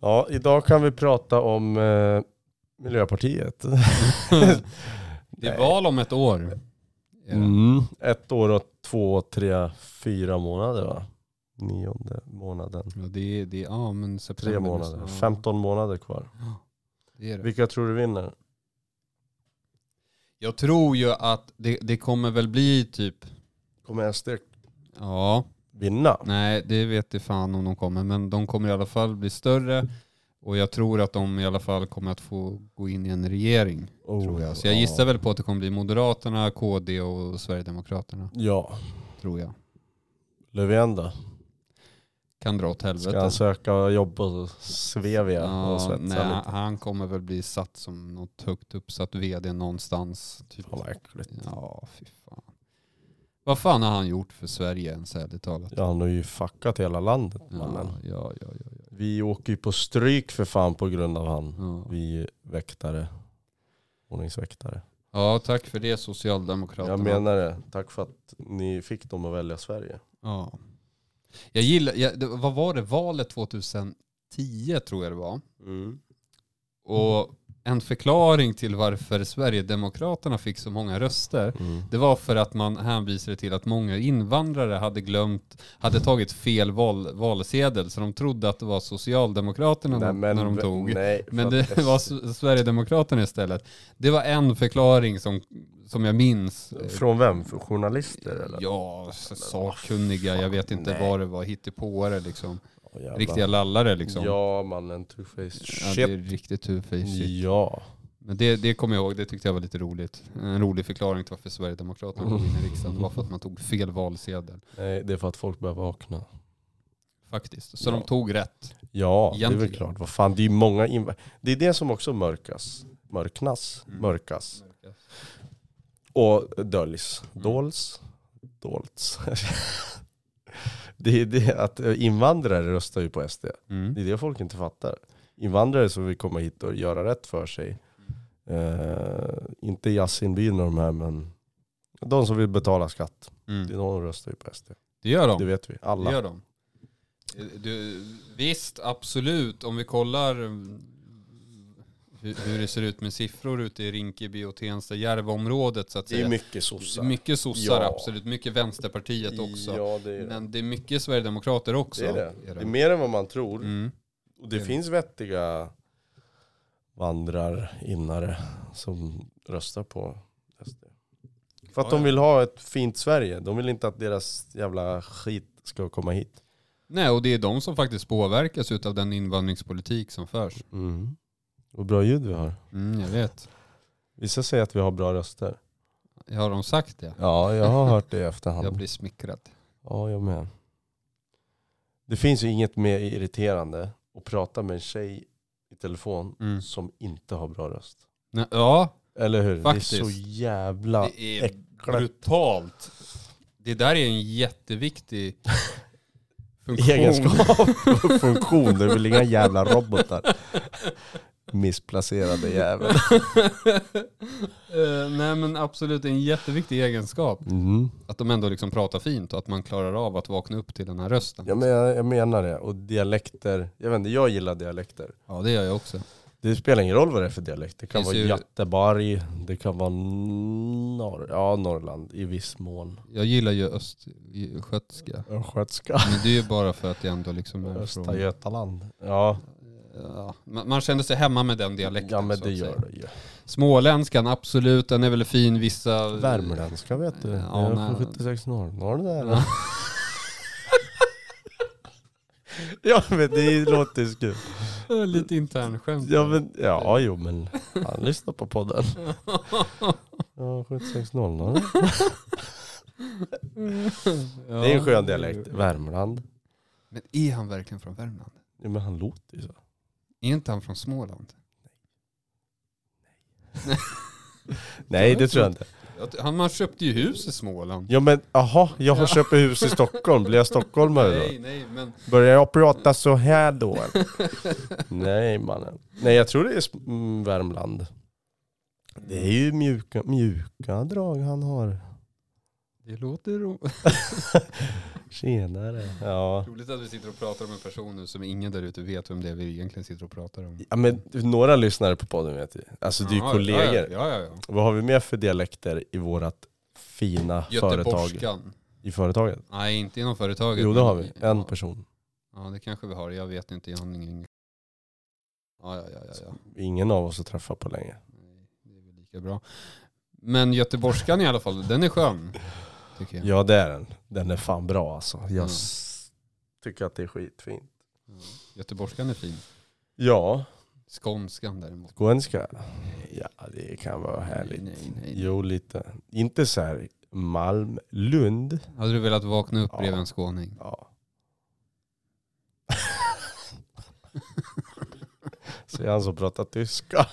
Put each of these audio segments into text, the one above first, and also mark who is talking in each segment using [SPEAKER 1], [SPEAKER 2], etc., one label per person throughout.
[SPEAKER 1] Ja, idag kan vi prata om eh, Miljöpartiet.
[SPEAKER 2] Det är val om ett år. Ja.
[SPEAKER 1] Mm. Ett år och två, tre, fyra månader va? Nionde månaden.
[SPEAKER 2] Ja, det är, det är, ja, men
[SPEAKER 1] Tre
[SPEAKER 2] september.
[SPEAKER 1] månader.
[SPEAKER 2] nästan.
[SPEAKER 1] 15 månader kvar.
[SPEAKER 2] Det är det.
[SPEAKER 1] Vilka tror du vinner?
[SPEAKER 2] Jag tror ju att det, det kommer väl bli typ,
[SPEAKER 1] Kommer SD
[SPEAKER 2] ja,
[SPEAKER 1] vinna?
[SPEAKER 2] nej det vet jag fan om de kommer, men de kommer i alla fall bli större och jag tror att de i alla fall kommer att få gå in i en regering.
[SPEAKER 1] Oh,
[SPEAKER 2] Tror jag. Så jag
[SPEAKER 1] ja.
[SPEAKER 2] gissar väl på att det kommer bli Moderaterna, KD och Sverigedemokraterna,
[SPEAKER 1] Ja,
[SPEAKER 2] tror jag.
[SPEAKER 1] Löfven då?
[SPEAKER 2] Kan dra åt helvete.
[SPEAKER 1] Ska han söka jobb och Svevia och
[SPEAKER 2] Ja,
[SPEAKER 1] svetsa
[SPEAKER 2] nej,
[SPEAKER 1] lite?
[SPEAKER 2] han, han kommer väl bli satt som något högt uppsatt vd någonstans. Typ.
[SPEAKER 1] Fan vad äckligt.
[SPEAKER 2] Ja, fy fan. Vad fan har han gjort för Sverige ens ärligt talat?
[SPEAKER 1] Ja, han har ju fuckat hela landet mannen.
[SPEAKER 2] Ja, ja, ja, ja, ja,
[SPEAKER 1] Vi åker ju på stryk för fan på grund av han.
[SPEAKER 2] ja.
[SPEAKER 1] Vi väktare. Ordningsväktare.
[SPEAKER 2] ja, tack för det Socialdemokraterna.
[SPEAKER 1] Jag menar det. Tack för att ni fick dem att välja Sverige.
[SPEAKER 2] ja. jag gillar, jag, det, vad var det, valet 2010 tror jag det var. Och en förklaring till varför Sverigedemokraterna fick så många röster
[SPEAKER 1] Mm.
[SPEAKER 2] Det var för att man hänvisade till att många invandrare hade glömt, hade tagit fel val, valsedel, så de trodde att det var Socialdemokraterna
[SPEAKER 1] Nej, men-
[SPEAKER 2] när de tog.
[SPEAKER 1] Nej, för
[SPEAKER 2] Men
[SPEAKER 1] att
[SPEAKER 2] det
[SPEAKER 1] SD
[SPEAKER 2] var S- Sverigedemokraterna istället. Det var en förklaring som, som jag minns.
[SPEAKER 1] Från vem? Från journalister eller?
[SPEAKER 2] Ja, sakkunniga, jag vet inte
[SPEAKER 1] Nej.
[SPEAKER 2] vad det var, hittepåare liksom.
[SPEAKER 1] Åh, jävlar.
[SPEAKER 2] Riktiga lallare liksom. Ja,
[SPEAKER 1] Ja mannen, two-faced
[SPEAKER 2] det
[SPEAKER 1] shit.
[SPEAKER 2] är riktigt two-faced.
[SPEAKER 1] Ja.
[SPEAKER 2] Men det, det kommer jag ihåg, det tyckte jag var lite roligt. En rolig förklaring till varför Sverigedemokraterna
[SPEAKER 1] Mm.
[SPEAKER 2] kom in i riksdagen. Det var för att man tog fel valsedel.
[SPEAKER 1] Nej, det är för att folk börjar vakna.
[SPEAKER 2] Faktiskt. Så
[SPEAKER 1] Ja.
[SPEAKER 2] de tog rätt.
[SPEAKER 1] Ja, det är
[SPEAKER 2] Egentligen.
[SPEAKER 1] väl klart. Vad fan, det är ju många inv- Det är det som också mörkas. Mörknas.
[SPEAKER 2] Mm.
[SPEAKER 1] Mörkas. Och döljs.
[SPEAKER 2] Mm.
[SPEAKER 1] Dolts. Dolts. det är det att eh, invandrare röstar ju på SD.
[SPEAKER 2] Mm.
[SPEAKER 1] Det är det folk inte fattar. Invandrare som vill komma hit och göra rätt för sig. Eh, inte Yasin och de här men de som vill betala skatt. Det är
[SPEAKER 2] Mm.
[SPEAKER 1] de som röstar ju på SD.
[SPEAKER 2] Det gör
[SPEAKER 1] Det
[SPEAKER 2] de.
[SPEAKER 1] vet vi.
[SPEAKER 2] Det
[SPEAKER 1] Alla.
[SPEAKER 2] gör de. Du, visst, absolut. Om vi kollar mm, hur, hur det ser ut med siffror ute i Rinkeby och Tensta, Järvaområdet så att
[SPEAKER 1] Det är
[SPEAKER 2] säga.
[SPEAKER 1] mycket sossar.
[SPEAKER 2] Mycket sossar,
[SPEAKER 1] Ja.
[SPEAKER 2] absolut. Mycket Vänsterpartiet också.
[SPEAKER 1] Ja det är det.
[SPEAKER 2] Men det är mycket Sverigedemokrater också.
[SPEAKER 1] Det är det.
[SPEAKER 2] Är
[SPEAKER 1] Det är mer än vad man tror.
[SPEAKER 2] Mm.
[SPEAKER 1] Och det
[SPEAKER 2] Det är
[SPEAKER 1] finns vettiga vandrarinnare som röstar på SD. För att
[SPEAKER 2] Ja,
[SPEAKER 1] de
[SPEAKER 2] ja.
[SPEAKER 1] vill ha ett fint Sverige. De vill inte att deras jävla skit ska komma hit.
[SPEAKER 2] Nej, och det är de som faktiskt påverkas av den invandringspolitik som förs.
[SPEAKER 1] Mm. Och bra ljud vi har.
[SPEAKER 2] Mm, jag vet.
[SPEAKER 1] Vissa säger att vi har bra röster.
[SPEAKER 2] Har de sagt det?
[SPEAKER 1] Ja, jag har hört det i
[SPEAKER 2] Jag
[SPEAKER 1] efterhand.
[SPEAKER 2] blir smickrad.
[SPEAKER 1] Ja, jag med. Det finns ju inget mer irriterande att prata med en tjej i telefon
[SPEAKER 2] Mm.
[SPEAKER 1] som inte har bra röst.
[SPEAKER 2] Nej, Ja,
[SPEAKER 1] Eller hur? Det är så
[SPEAKER 2] Faktiskt.
[SPEAKER 1] jävla...
[SPEAKER 2] det är
[SPEAKER 1] äckligt.
[SPEAKER 2] brutalt. Det där är en jätteviktig funktion.
[SPEAKER 1] egenskap och funktion. Det är väl inga jävla robotar. Missplacerade jävel.
[SPEAKER 2] Eh, nej men absolut, det är en jätteviktig egenskap.
[SPEAKER 1] Mm.
[SPEAKER 2] Att de ändå liksom pratar fint och att man klarar av att vakna upp till den här rösten.
[SPEAKER 1] Ja, men jag, jag menar det. Och dialekter. Jag vet inte, jag gillar dialekter.
[SPEAKER 2] Ja, det gör jag också.
[SPEAKER 1] Det spelar ingen roll vad det är för dialekt. Det kan
[SPEAKER 2] Finns
[SPEAKER 1] vara
[SPEAKER 2] ju-
[SPEAKER 1] Göteborg, det kan vara norr, ja, Norrland i viss mån.
[SPEAKER 2] Jag gillar ju östgötska.
[SPEAKER 1] Östgötska.
[SPEAKER 2] Men det är ju bara för att jag ändå liksom är
[SPEAKER 1] Östra
[SPEAKER 2] från...
[SPEAKER 1] Götaland. Ja,
[SPEAKER 2] Ja, man man känner sig hemma med den dialekten.
[SPEAKER 1] ja men
[SPEAKER 2] så
[SPEAKER 1] det
[SPEAKER 2] att säga.
[SPEAKER 1] gör det ju.
[SPEAKER 2] Småländskan, absolut. Den är väl fin vissa...
[SPEAKER 1] Värmländska vet du.
[SPEAKER 2] Ja,
[SPEAKER 1] Jag är från
[SPEAKER 2] nej.
[SPEAKER 1] 76 norr. Norr där.
[SPEAKER 2] Ja.
[SPEAKER 1] Ja men det låter ju kul.
[SPEAKER 2] Lite internskämt.
[SPEAKER 1] Ja, men, ja jo men han lyssnar på podden. Ja, 7600.
[SPEAKER 2] Mm.
[SPEAKER 1] Det är en skön dialekt. Värmland.
[SPEAKER 2] Men är han verkligen från Värmland?
[SPEAKER 1] Ja, men han låter ju så.
[SPEAKER 2] Är inte han från Småland?
[SPEAKER 1] Nej det tror jag inte.
[SPEAKER 2] Jag t- Han, man köpte ju hus i Småland.
[SPEAKER 1] Ja men aha, jag har köpt hus i Stockholm. Blir jag stockholmare då?
[SPEAKER 2] Nej, nej, men
[SPEAKER 1] Börjar jag prata så här då? Nej mannen. Nej jag tror det är sm- mm, Värmland. Det är ju mjuka, mjuka drag han har.
[SPEAKER 2] Det låter ro-
[SPEAKER 1] Tjenare. Ja.
[SPEAKER 2] roligt att vi sitter och pratar om en person nu som ingen där ute vet vem det är vi egentligen sitter och pratar om.
[SPEAKER 1] ja men några lyssnare på podden vet ju. Alltså det är ju
[SPEAKER 2] Ja,
[SPEAKER 1] kollegor.
[SPEAKER 2] Ja, ja, ja.
[SPEAKER 1] Vad har vi mer för dialekter i vårat fina
[SPEAKER 2] ja.
[SPEAKER 1] företag?
[SPEAKER 2] Göteborgskan.
[SPEAKER 1] I företaget?
[SPEAKER 2] Nej, inte inom företaget.
[SPEAKER 1] Jo det har
[SPEAKER 2] men-
[SPEAKER 1] vi, en
[SPEAKER 2] ja.
[SPEAKER 1] person.
[SPEAKER 2] Ja, det kanske vi har. Jag vet inte. Jag har ingen... Ja, ja, ja, ja. ja.
[SPEAKER 1] Ingen av oss har träffat på länge.
[SPEAKER 2] Nej, det är väl lika bra. Men göteborgskan i alla fall, den är skön. Tycker jag.
[SPEAKER 1] Ja det är den. Den är fan bra alltså. Jag
[SPEAKER 2] Mm.
[SPEAKER 1] s- tycker att det är skitfint.
[SPEAKER 2] Ja. Göteborgskan är fin.
[SPEAKER 1] Ja,
[SPEAKER 2] Skånskan däremot.
[SPEAKER 1] skånska. Ja det kan vara härligt.
[SPEAKER 2] Nej, nej, nej.
[SPEAKER 1] Jo lite. Inte så här Malm, Lund.
[SPEAKER 2] Hade du velat vakna upp
[SPEAKER 1] Ja.
[SPEAKER 2] bredvid en skåning?
[SPEAKER 1] Ja. så är han
[SPEAKER 2] alltså
[SPEAKER 1] som pratar tyska.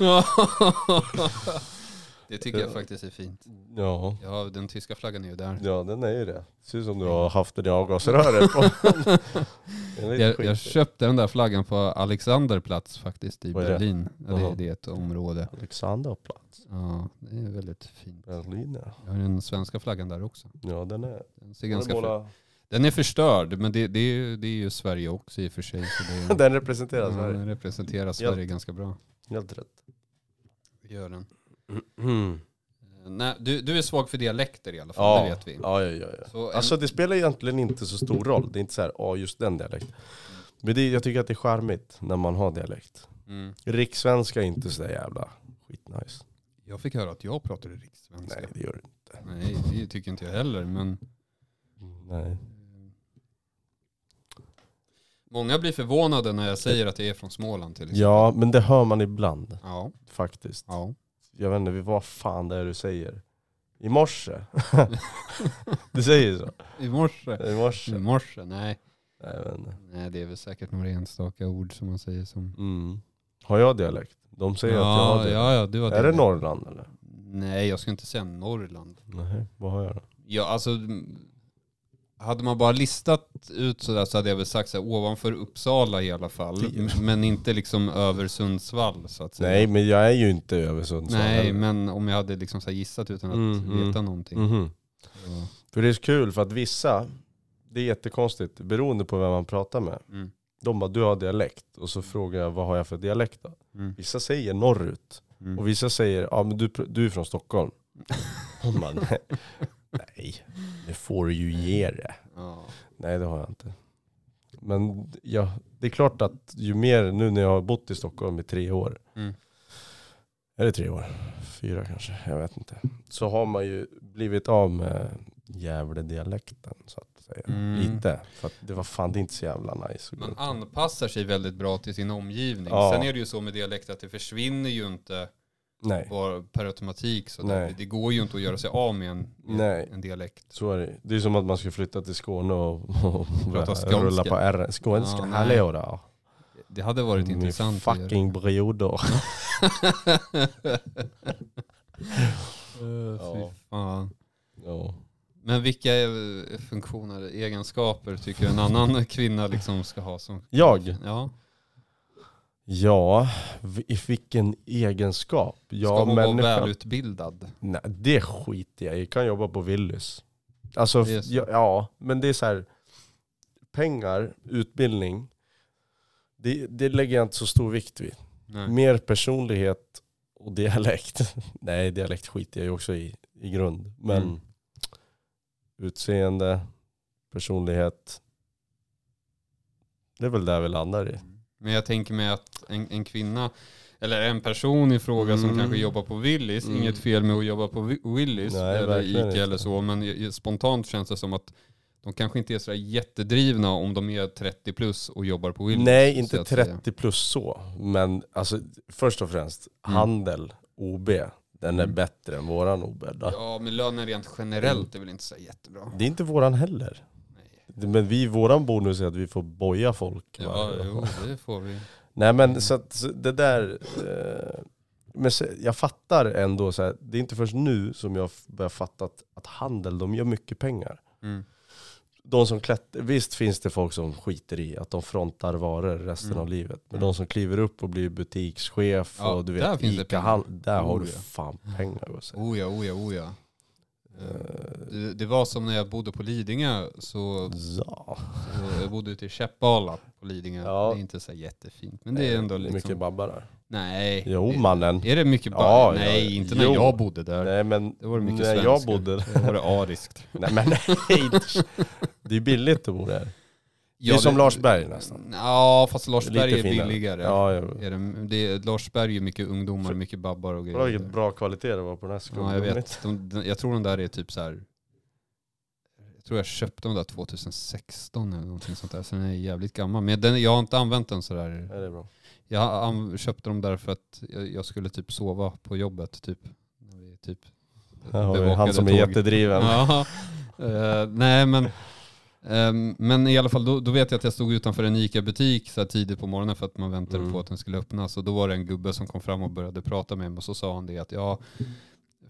[SPEAKER 2] det tycker jag faktiskt är fint.
[SPEAKER 1] Ja.
[SPEAKER 2] Ja, den tyska flaggan är ju där.
[SPEAKER 1] Ja den är ju det. Ser ut som du har haft den i avgasröret på. Den är lite
[SPEAKER 2] Jag, jag
[SPEAKER 1] skitig.
[SPEAKER 2] köpte den där flaggan på Alexanderplatz faktiskt i
[SPEAKER 1] Vad är det?
[SPEAKER 2] Berlin. Ja,
[SPEAKER 1] Jaha.
[SPEAKER 2] det, det är ett område.
[SPEAKER 1] Alexanderplatz,
[SPEAKER 2] Ja, det är väldigt fint.
[SPEAKER 1] Berlin ja.
[SPEAKER 2] Jag har den svenska flaggan där också.
[SPEAKER 1] Ja den är...
[SPEAKER 2] Den ser ganska
[SPEAKER 1] den,
[SPEAKER 2] fin
[SPEAKER 1] målar-
[SPEAKER 2] Den är förstörd, men det, det, är, ju- det är ju Sverige också i och för sig. Så det är,
[SPEAKER 1] den representerar
[SPEAKER 2] ja,
[SPEAKER 1] Sverige.
[SPEAKER 2] den representerar Sverige ganska bra.
[SPEAKER 1] Helt rätt.
[SPEAKER 2] Gör den. Eh, Nej, du, du är svag för dialekter i alla fall,
[SPEAKER 1] Ja.
[SPEAKER 2] det vet vi.
[SPEAKER 1] Ja, ja, ja, ja.
[SPEAKER 2] Så en,
[SPEAKER 1] Alltså det spelar egentligen inte så stor roll. Det är inte så här, ja just den dialekten. Men det, jag tycker att det är charmigt när man har dialekt.
[SPEAKER 2] mm,
[SPEAKER 1] Rikssvenska är inte så där jävla skitnice.
[SPEAKER 2] jag fick höra att jag pratade rikssvenska.
[SPEAKER 1] Nej
[SPEAKER 2] Nej.
[SPEAKER 1] det gör det inte.
[SPEAKER 2] det tycker inte jag heller, men eh,
[SPEAKER 1] Nej.
[SPEAKER 2] många blir förvånade när jag säger att jag är från Småland till exempel.
[SPEAKER 1] Ja men det hör man ibland
[SPEAKER 2] Ja,
[SPEAKER 1] faktiskt.
[SPEAKER 2] ja.
[SPEAKER 1] Jag vet inte vad fan det är du säger. I morse. du säger så.
[SPEAKER 2] I morse.
[SPEAKER 1] I
[SPEAKER 2] I
[SPEAKER 1] morse.
[SPEAKER 2] morse, nej.
[SPEAKER 1] Nej, jag vet inte.
[SPEAKER 2] Nej, det är väl säkert några enstaka ord som man säger som...
[SPEAKER 1] Mm. Har jag dialekt? De säger att jag har
[SPEAKER 2] Ja,
[SPEAKER 1] dialekt.
[SPEAKER 2] ja, ja, du har
[SPEAKER 1] Är det
[SPEAKER 2] dialekt.
[SPEAKER 1] Norrland eller?
[SPEAKER 2] Nej, jag skulle inte säga Norrland.
[SPEAKER 1] Nej, vad har jag då?
[SPEAKER 2] Ja, alltså... mm, Hade man bara listat ut sådär så hade jag väl sagt så här, ovanför Uppsala i alla fall.
[SPEAKER 1] Det-
[SPEAKER 2] m- Men inte liksom över Sundsvall så att säga.
[SPEAKER 1] Nej, men jag är ju inte över Sundsvall
[SPEAKER 2] Nej,
[SPEAKER 1] heller.
[SPEAKER 2] men om jag hade liksom så här gissat utan att
[SPEAKER 1] Mm, mm.
[SPEAKER 2] veta någonting.
[SPEAKER 1] Mhm.
[SPEAKER 2] så-
[SPEAKER 1] För det är så kul för att vissa, det är jättekonstigt, beroende på vem man pratar med.
[SPEAKER 2] Mm.
[SPEAKER 1] De bara, du har dialekt. Och så frågar jag, vad har jag för dialekt då?
[SPEAKER 2] Mm.
[SPEAKER 1] Vissa säger norrut.
[SPEAKER 2] Mm.
[SPEAKER 1] Och vissa säger, ja men du, pr- du är från Stockholm. Hon bara, nej. nej, det får du ju ge det.
[SPEAKER 2] Ja.
[SPEAKER 1] Nej det har jag inte. Men ja, det är klart att ju mer, nu när jag har bott i Stockholm i tre år,
[SPEAKER 2] Mm.
[SPEAKER 1] Är det tre år? Fyra kanske, jag vet inte. Så har man ju blivit av med Gävle-dialekten så att säga.
[SPEAKER 2] Mm.
[SPEAKER 1] Lite. För att det var fan det är inte så jävla nice. att gå
[SPEAKER 2] Man
[SPEAKER 1] upp.
[SPEAKER 2] anpassar sig väldigt bra till sin omgivning.
[SPEAKER 1] Ja.
[SPEAKER 2] Sen är det ju så med dialekt att det försvinner ju inte
[SPEAKER 1] Nej,
[SPEAKER 2] bara per automatik. Så
[SPEAKER 1] Nej.
[SPEAKER 2] Det, det går ju inte att göra sig av med en,
[SPEAKER 1] Nej.
[SPEAKER 2] en dialekt.
[SPEAKER 1] så är det Det är som att man ska flytta till Skåne och, och
[SPEAKER 2] Prata
[SPEAKER 1] rulla
[SPEAKER 2] skånska.
[SPEAKER 1] på R. Skånska,
[SPEAKER 2] Ja, nej.
[SPEAKER 1] hallå då.
[SPEAKER 2] Det hade varit
[SPEAKER 1] Min
[SPEAKER 2] intressant. att göra.
[SPEAKER 1] Mm, fucking brioder.
[SPEAKER 2] ja. fy fan.
[SPEAKER 1] Ja.
[SPEAKER 2] Men vilka eh, funktioner, egenskaper tycker du en annan kvinna liksom ska ha? Som,
[SPEAKER 1] Jag?
[SPEAKER 2] ja.
[SPEAKER 1] Ja, i vilken egenskap?
[SPEAKER 2] Ska
[SPEAKER 1] Ja,
[SPEAKER 2] hon vara
[SPEAKER 1] människa.
[SPEAKER 2] välutbildad?
[SPEAKER 1] Nej, det skiter jag i. Jag kan jobba på Willys. Alltså,
[SPEAKER 2] Det är så.
[SPEAKER 1] ja, ja, men det är så här. Pengar, utbildning, det, det lägger jag inte så stor vikt vid.
[SPEAKER 2] Nej.
[SPEAKER 1] Mer personlighet och dialekt. Nej, dialekt skiter jag ju också i, i grund. Men
[SPEAKER 2] Mm.
[SPEAKER 1] utseende, personlighet. Det är väl där vi landar i.
[SPEAKER 2] Men jag tänker mig att en, en kvinna, eller en person i fråga som
[SPEAKER 1] Mm.
[SPEAKER 2] kanske jobbar på Willys,
[SPEAKER 1] Mm.
[SPEAKER 2] inget fel med att jobba på Wi- Willys
[SPEAKER 1] Nej,
[SPEAKER 2] eller
[SPEAKER 1] verkligen
[SPEAKER 2] Ica
[SPEAKER 1] inte.
[SPEAKER 2] eller så, men ju- ju spontant känns det som att de kanske inte är sådär jättedrivna om de är 30 plus och jobbar på Willys.
[SPEAKER 1] Nej,
[SPEAKER 2] så
[SPEAKER 1] inte
[SPEAKER 2] att säga.
[SPEAKER 1] 30 plus så. Men alltså, först och främst,
[SPEAKER 2] Mm.
[SPEAKER 1] handel, OB, den är
[SPEAKER 2] Mm.
[SPEAKER 1] bättre än våran OB. då.
[SPEAKER 2] Ja, men lönen rent generellt är väl inte så jättebra.
[SPEAKER 1] Det är inte våran heller.
[SPEAKER 2] Nej.
[SPEAKER 1] Men vi, våran bonus är att vi får boja folk.
[SPEAKER 2] Ja,
[SPEAKER 1] varje dag.
[SPEAKER 2] jo, det får vi.
[SPEAKER 1] Nej men så, att, så det där, eh, men så, jag fattar ändå så här, det är inte först nu som jag f- börjar fatta att, att handel, de gör mycket pengar.
[SPEAKER 2] Mm.
[SPEAKER 1] De som klätt, visst finns det folk som skiter i att de frontar varor resten
[SPEAKER 2] Mm.
[SPEAKER 1] av livet. Men
[SPEAKER 2] Mm.
[SPEAKER 1] de som kliver upp och blir butikschef
[SPEAKER 2] Ja,
[SPEAKER 1] och du vet,
[SPEAKER 2] där finns det
[SPEAKER 1] Ica-handel, där har
[SPEAKER 2] Oh,
[SPEAKER 1] du
[SPEAKER 2] ja.
[SPEAKER 1] fan pengar. Och så.
[SPEAKER 2] Oh ja, oh ja, oh ja.
[SPEAKER 1] Eh,
[SPEAKER 2] Det, det var som när jag bodde på Lidingö, så,
[SPEAKER 1] ja.
[SPEAKER 2] så jag bodde ute i Käppala på Lidingö.
[SPEAKER 1] Ja.
[SPEAKER 2] Det är inte så här jättefint, men det är ändå
[SPEAKER 1] Det är
[SPEAKER 2] liksom...
[SPEAKER 1] eh, Mycket babbar där.
[SPEAKER 2] Nej.
[SPEAKER 1] Jo
[SPEAKER 2] Det-
[SPEAKER 1] mannen.
[SPEAKER 2] Är det mycket bara?
[SPEAKER 1] Ja,
[SPEAKER 2] nej,
[SPEAKER 1] ja,
[SPEAKER 2] inte när
[SPEAKER 1] jo.
[SPEAKER 2] jag bodde där.
[SPEAKER 1] Nej men
[SPEAKER 2] Det var det mycket
[SPEAKER 1] när
[SPEAKER 2] svenskar.
[SPEAKER 1] jag bodde där.
[SPEAKER 2] Då var det ariskt.
[SPEAKER 1] Nej men nej. Det är billigt att bo där. Det är
[SPEAKER 2] Ja,
[SPEAKER 1] som Larsberg nästan.
[SPEAKER 2] Ja, fast
[SPEAKER 1] Lite
[SPEAKER 2] Larsberg är
[SPEAKER 1] finare.
[SPEAKER 2] billigare.
[SPEAKER 1] Ja, jag...
[SPEAKER 2] Är det, det är, Larsberg är mycket ungdomar, mycket babbar och
[SPEAKER 1] Kolla
[SPEAKER 2] grejer.
[SPEAKER 1] vilket bra kvalitet det var på den här
[SPEAKER 2] Ja, jag
[SPEAKER 1] skumgummin.
[SPEAKER 2] vet. De, de, jag tror de där är typ så här. Jag tror jag köpte de där 2016 eller någonting sånt där. Så den är jävligt gammal. Men den, jag har inte använt den sådär.
[SPEAKER 1] Ja, det är bra.
[SPEAKER 2] Jag an, köpte dem där för att jag, jag skulle typ sova på jobbet. Typ. När vi typ
[SPEAKER 1] Här har vi
[SPEAKER 2] bevakade
[SPEAKER 1] han som är
[SPEAKER 2] tåg.
[SPEAKER 1] jättedriven.
[SPEAKER 2] Ja. Eh, nej men, ehm, men i alla fall då, då vet jag att jag stod utanför en ICA-butik så här tidigt på morgonen för att man väntade
[SPEAKER 1] Mm.
[SPEAKER 2] på att den skulle öppnas. Och då var det en gubbe som kom fram och började prata med mig och så sa han det att ja,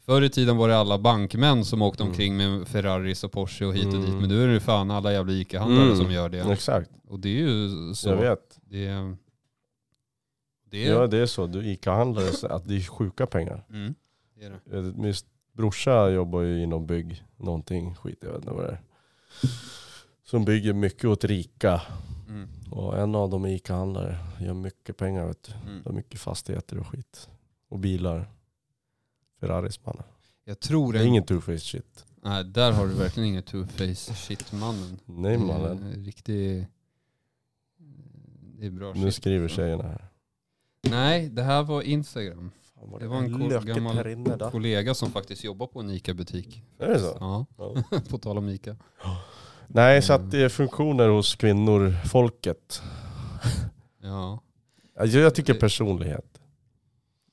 [SPEAKER 2] förr i tiden var det alla bankmän som åkte
[SPEAKER 1] Mm.
[SPEAKER 2] omkring med Ferraris och Porsche och hit och dit.
[SPEAKER 1] Mm.
[SPEAKER 2] Men nu är det fan alla jävla ICA-handlare
[SPEAKER 1] Mm.
[SPEAKER 2] som gör det.
[SPEAKER 1] Exakt,
[SPEAKER 2] Och det är ju så.
[SPEAKER 1] jag vet.
[SPEAKER 2] Det, är- det, är-
[SPEAKER 1] Ja, det är så, du ICA-handlare, så att det är sjuka pengar.
[SPEAKER 2] mm, det är det.
[SPEAKER 1] Eh, Min brorsa jobbar ju inom bygg, någonting skit, jag vet inte vad det är. Som bygger mycket åt rika.
[SPEAKER 2] Mm,
[SPEAKER 1] Och en av dem är ICA-handlare, gör mycket pengar vet du.
[SPEAKER 2] mm.
[SPEAKER 1] De har mycket fastigheter och skit. Och bilar. Ferraris mannen.
[SPEAKER 2] Jag tror
[SPEAKER 1] Det är ingen two-face shit.
[SPEAKER 2] Nej, där har du verkligen ingen two-face shit-mannen.
[SPEAKER 1] Nej mannen.
[SPEAKER 2] Eh, Riktig... Det är bra
[SPEAKER 1] Nu
[SPEAKER 2] shit.
[SPEAKER 1] skriver tjejerna här.
[SPEAKER 2] Nej, det här var Instagram.
[SPEAKER 1] Fan, vad
[SPEAKER 2] Det var en
[SPEAKER 1] löket
[SPEAKER 2] gammal
[SPEAKER 1] här inne då.
[SPEAKER 2] kollega som faktiskt jobbar på en ICA-butik.
[SPEAKER 1] Är det så?
[SPEAKER 2] Ja,
[SPEAKER 1] Ja.
[SPEAKER 2] på tal om ICA.
[SPEAKER 1] Nej, så att det är funktioner hos kvinnor, folket.
[SPEAKER 2] Ja,
[SPEAKER 1] Alltså, jag tycker
[SPEAKER 2] Det-
[SPEAKER 1] personlighet.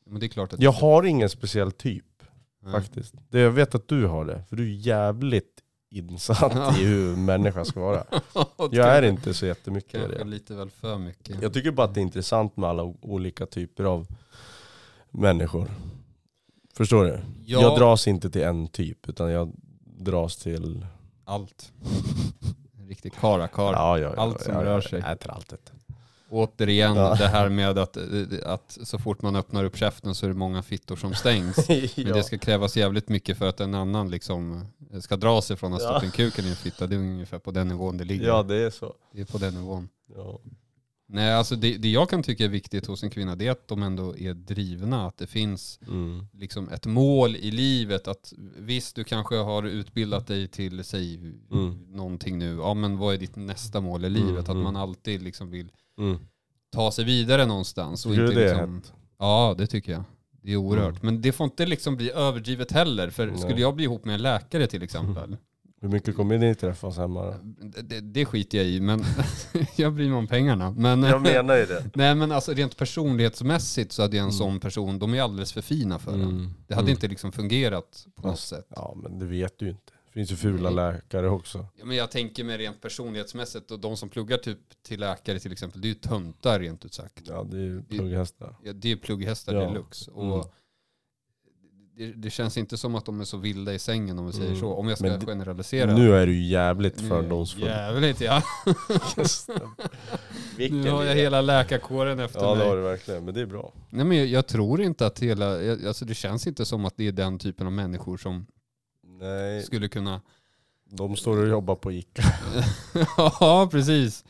[SPEAKER 2] men det är klart att...
[SPEAKER 1] Jag har ingen speciell typ.
[SPEAKER 2] Nej.
[SPEAKER 1] Faktiskt. Det, jag vet att du har det, för du är jävligt insatt
[SPEAKER 2] Ja.
[SPEAKER 1] i hur en människa ska vara.
[SPEAKER 2] Det
[SPEAKER 1] Jag är
[SPEAKER 2] kanske-
[SPEAKER 1] inte så jättemycket i
[SPEAKER 2] Kanske
[SPEAKER 1] det.
[SPEAKER 2] lite väl för mycket.
[SPEAKER 1] Jag tycker bara att det är intressant med alla o- olika typer av människor. Förstår du?
[SPEAKER 2] Ja,
[SPEAKER 1] Jag dras inte till en typ, utan jag dras till...
[SPEAKER 2] allt. En riktig karakar.
[SPEAKER 1] Ja, ja, ja,
[SPEAKER 2] Allt som
[SPEAKER 1] ja,
[SPEAKER 2] rör
[SPEAKER 1] ja,
[SPEAKER 2] sig.
[SPEAKER 1] Ja, till alltet.
[SPEAKER 2] Återigen
[SPEAKER 1] Ja.
[SPEAKER 2] det här med att, eh, att så fort man öppnar upp käften så är det många fittor som stängs. Men
[SPEAKER 1] ja.
[SPEAKER 2] det ska krävas jävligt mycket för att en annan liksom ska dra sig från att
[SPEAKER 1] Ja.
[SPEAKER 2] stoppa en kuken i en fitta. Det är ungefär på den nivån det ligger.
[SPEAKER 1] ja, det är så.
[SPEAKER 2] Det är på den nivån.
[SPEAKER 1] Ja.
[SPEAKER 2] Nej, alltså det, det jag kan tycka är viktigt hos en kvinna det är att de ändå är drivna. Att det finns
[SPEAKER 1] Mm.
[SPEAKER 2] liksom ett mål i livet. Att visst, du kanske har utbildat dig till, säg
[SPEAKER 1] Mm.
[SPEAKER 2] någonting nu. Ja, men vad är ditt nästa mål i livet? Att
[SPEAKER 1] mm.
[SPEAKER 2] man alltid liksom vill
[SPEAKER 1] Mm.
[SPEAKER 2] ta sig vidare någonstans. Och
[SPEAKER 1] Tycker du
[SPEAKER 2] inte
[SPEAKER 1] det är
[SPEAKER 2] liksom... Ja, det tycker jag. Det är oerhört.
[SPEAKER 1] Mm.
[SPEAKER 2] Men det får inte liksom bli överdrivet heller. För
[SPEAKER 1] Nej. Mm.
[SPEAKER 2] skulle jag bli ihop med en läkare till exempel, eh,
[SPEAKER 1] Hur mycket kommer ni träffas hemma då?
[SPEAKER 2] det, det skiter jag i, men jag bryr mig om pengarna. Men,
[SPEAKER 1] menar ju det.
[SPEAKER 2] nej, men alltså, rent personlighetsmässigt så hade jag en
[SPEAKER 1] Mm.
[SPEAKER 2] sån person, de är alldeles för fina för en. Det hade inte liksom fungerat på något sätt.
[SPEAKER 1] Ja, men det vet du ju inte. Det finns ju fula
[SPEAKER 2] Nej.
[SPEAKER 1] läkare också.
[SPEAKER 2] Ja, men jag tänker mig rent personlighetsmässigt, och de som pluggar typ till läkare till exempel, det är ju töntar rent ut sagt.
[SPEAKER 1] Ja, det är ju plugghästar.
[SPEAKER 2] Ja, det är plugghästar
[SPEAKER 1] Ja.
[SPEAKER 2] deluxe. Och
[SPEAKER 1] Mm.
[SPEAKER 2] det, det känns inte som att de är så vilda i sängen om vi säger
[SPEAKER 1] Mm.
[SPEAKER 2] så. Om jag ska
[SPEAKER 1] Men det-
[SPEAKER 2] generalisera.
[SPEAKER 1] Nu är du ju jävligt
[SPEAKER 2] Nu är
[SPEAKER 1] fördomsfull.
[SPEAKER 2] Jävligt ja. Nu har jag hela läkarkåren efter
[SPEAKER 1] Ja det
[SPEAKER 2] mig.
[SPEAKER 1] har du verkligen, men det är bra.
[SPEAKER 2] Nej, men jag, jag tror inte att hela, jag, alltså det känns inte som att det är den typen av människor som
[SPEAKER 1] Nej,
[SPEAKER 2] skulle kunna,
[SPEAKER 1] de står och jobbar på Ica.
[SPEAKER 2] ja precis,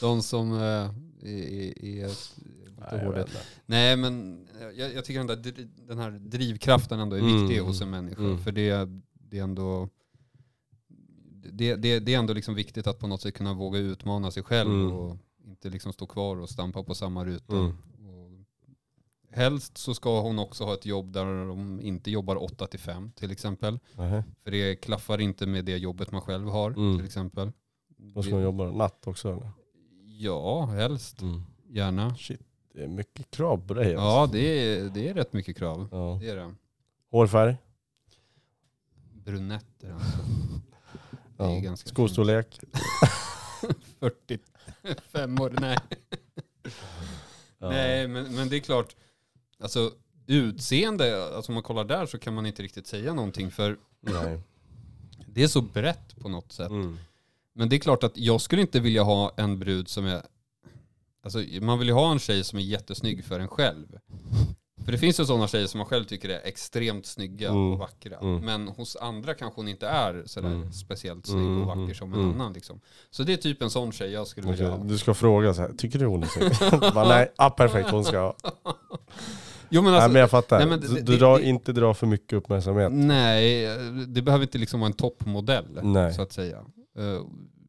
[SPEAKER 2] de som eh, är, är, är lite hårda. Nej men eh, jag, jag tycker den, där, dri- den här drivkraften ändå är
[SPEAKER 1] Mm,
[SPEAKER 2] viktig
[SPEAKER 1] mm,
[SPEAKER 2] hos en människa.
[SPEAKER 1] mm.
[SPEAKER 2] För det, det är ändå det, det, det är ändå liksom viktigt att på något sätt kunna våga utmana sig själv
[SPEAKER 1] Mm.
[SPEAKER 2] och inte liksom stå kvar och stampa på samma ruta.
[SPEAKER 1] Mm.
[SPEAKER 2] Och helst så ska hon också ha ett jobb där de inte jobbar 8 till 5 till exempel.
[SPEAKER 1] Nähä.
[SPEAKER 2] För det klaffar inte med det jobbet man själv har
[SPEAKER 1] Mm.
[SPEAKER 2] till exempel.
[SPEAKER 1] Vad ska de jobba då? Natt också eller?
[SPEAKER 2] Ja, helst. Gärna.
[SPEAKER 1] Shit, det är mycket krav på dig alltså.
[SPEAKER 2] Ja, det är, det är rätt mycket krav.
[SPEAKER 1] ja.
[SPEAKER 2] Det är det.
[SPEAKER 1] Hårfärg?
[SPEAKER 2] Brunetter alltså. Det är
[SPEAKER 1] Ja.
[SPEAKER 2] ganska
[SPEAKER 1] Skostorlek?
[SPEAKER 2] 45 år, nej.
[SPEAKER 1] Ja.
[SPEAKER 2] Nej, men, men det är klart. Alltså utseende, alltså om man kollar där så kan man inte riktigt säga någonting för
[SPEAKER 1] Nej.
[SPEAKER 2] det är så brett på något sätt.
[SPEAKER 1] Mm.
[SPEAKER 2] Men det är klart att jag skulle inte vilja ha en brud som är, alltså man vill ju ha en tjej som är jättesnygg för en själv. För det finns ju sådana tjejer som man själv tycker är extremt snygga
[SPEAKER 1] Mm.
[SPEAKER 2] och vackra.
[SPEAKER 1] Mm.
[SPEAKER 2] Men hos andra kanske hon inte är sådär
[SPEAKER 1] Mm.
[SPEAKER 2] speciellt snygg
[SPEAKER 1] Mm,
[SPEAKER 2] och vacker
[SPEAKER 1] mm,
[SPEAKER 2] som en
[SPEAKER 1] mm.
[SPEAKER 2] annan. Liksom. Så det är typ en sån tjej jag skulle vilja
[SPEAKER 1] Okej,
[SPEAKER 2] ha.
[SPEAKER 1] Du ska fråga så här, tycker du hon är snygg? Bara, nej, ah, perfekt hon ska ha.
[SPEAKER 2] Jo men
[SPEAKER 1] nej
[SPEAKER 2] alltså,
[SPEAKER 1] men jag fattar.
[SPEAKER 2] nej, men det-
[SPEAKER 1] du du
[SPEAKER 2] det-
[SPEAKER 1] drar,
[SPEAKER 2] det-
[SPEAKER 1] inte dra för mycket uppmärksamhet.
[SPEAKER 2] nej, det behöver inte liksom vara en toppmodell.
[SPEAKER 1] Mm, Nej.
[SPEAKER 2] Så att säga. Eh,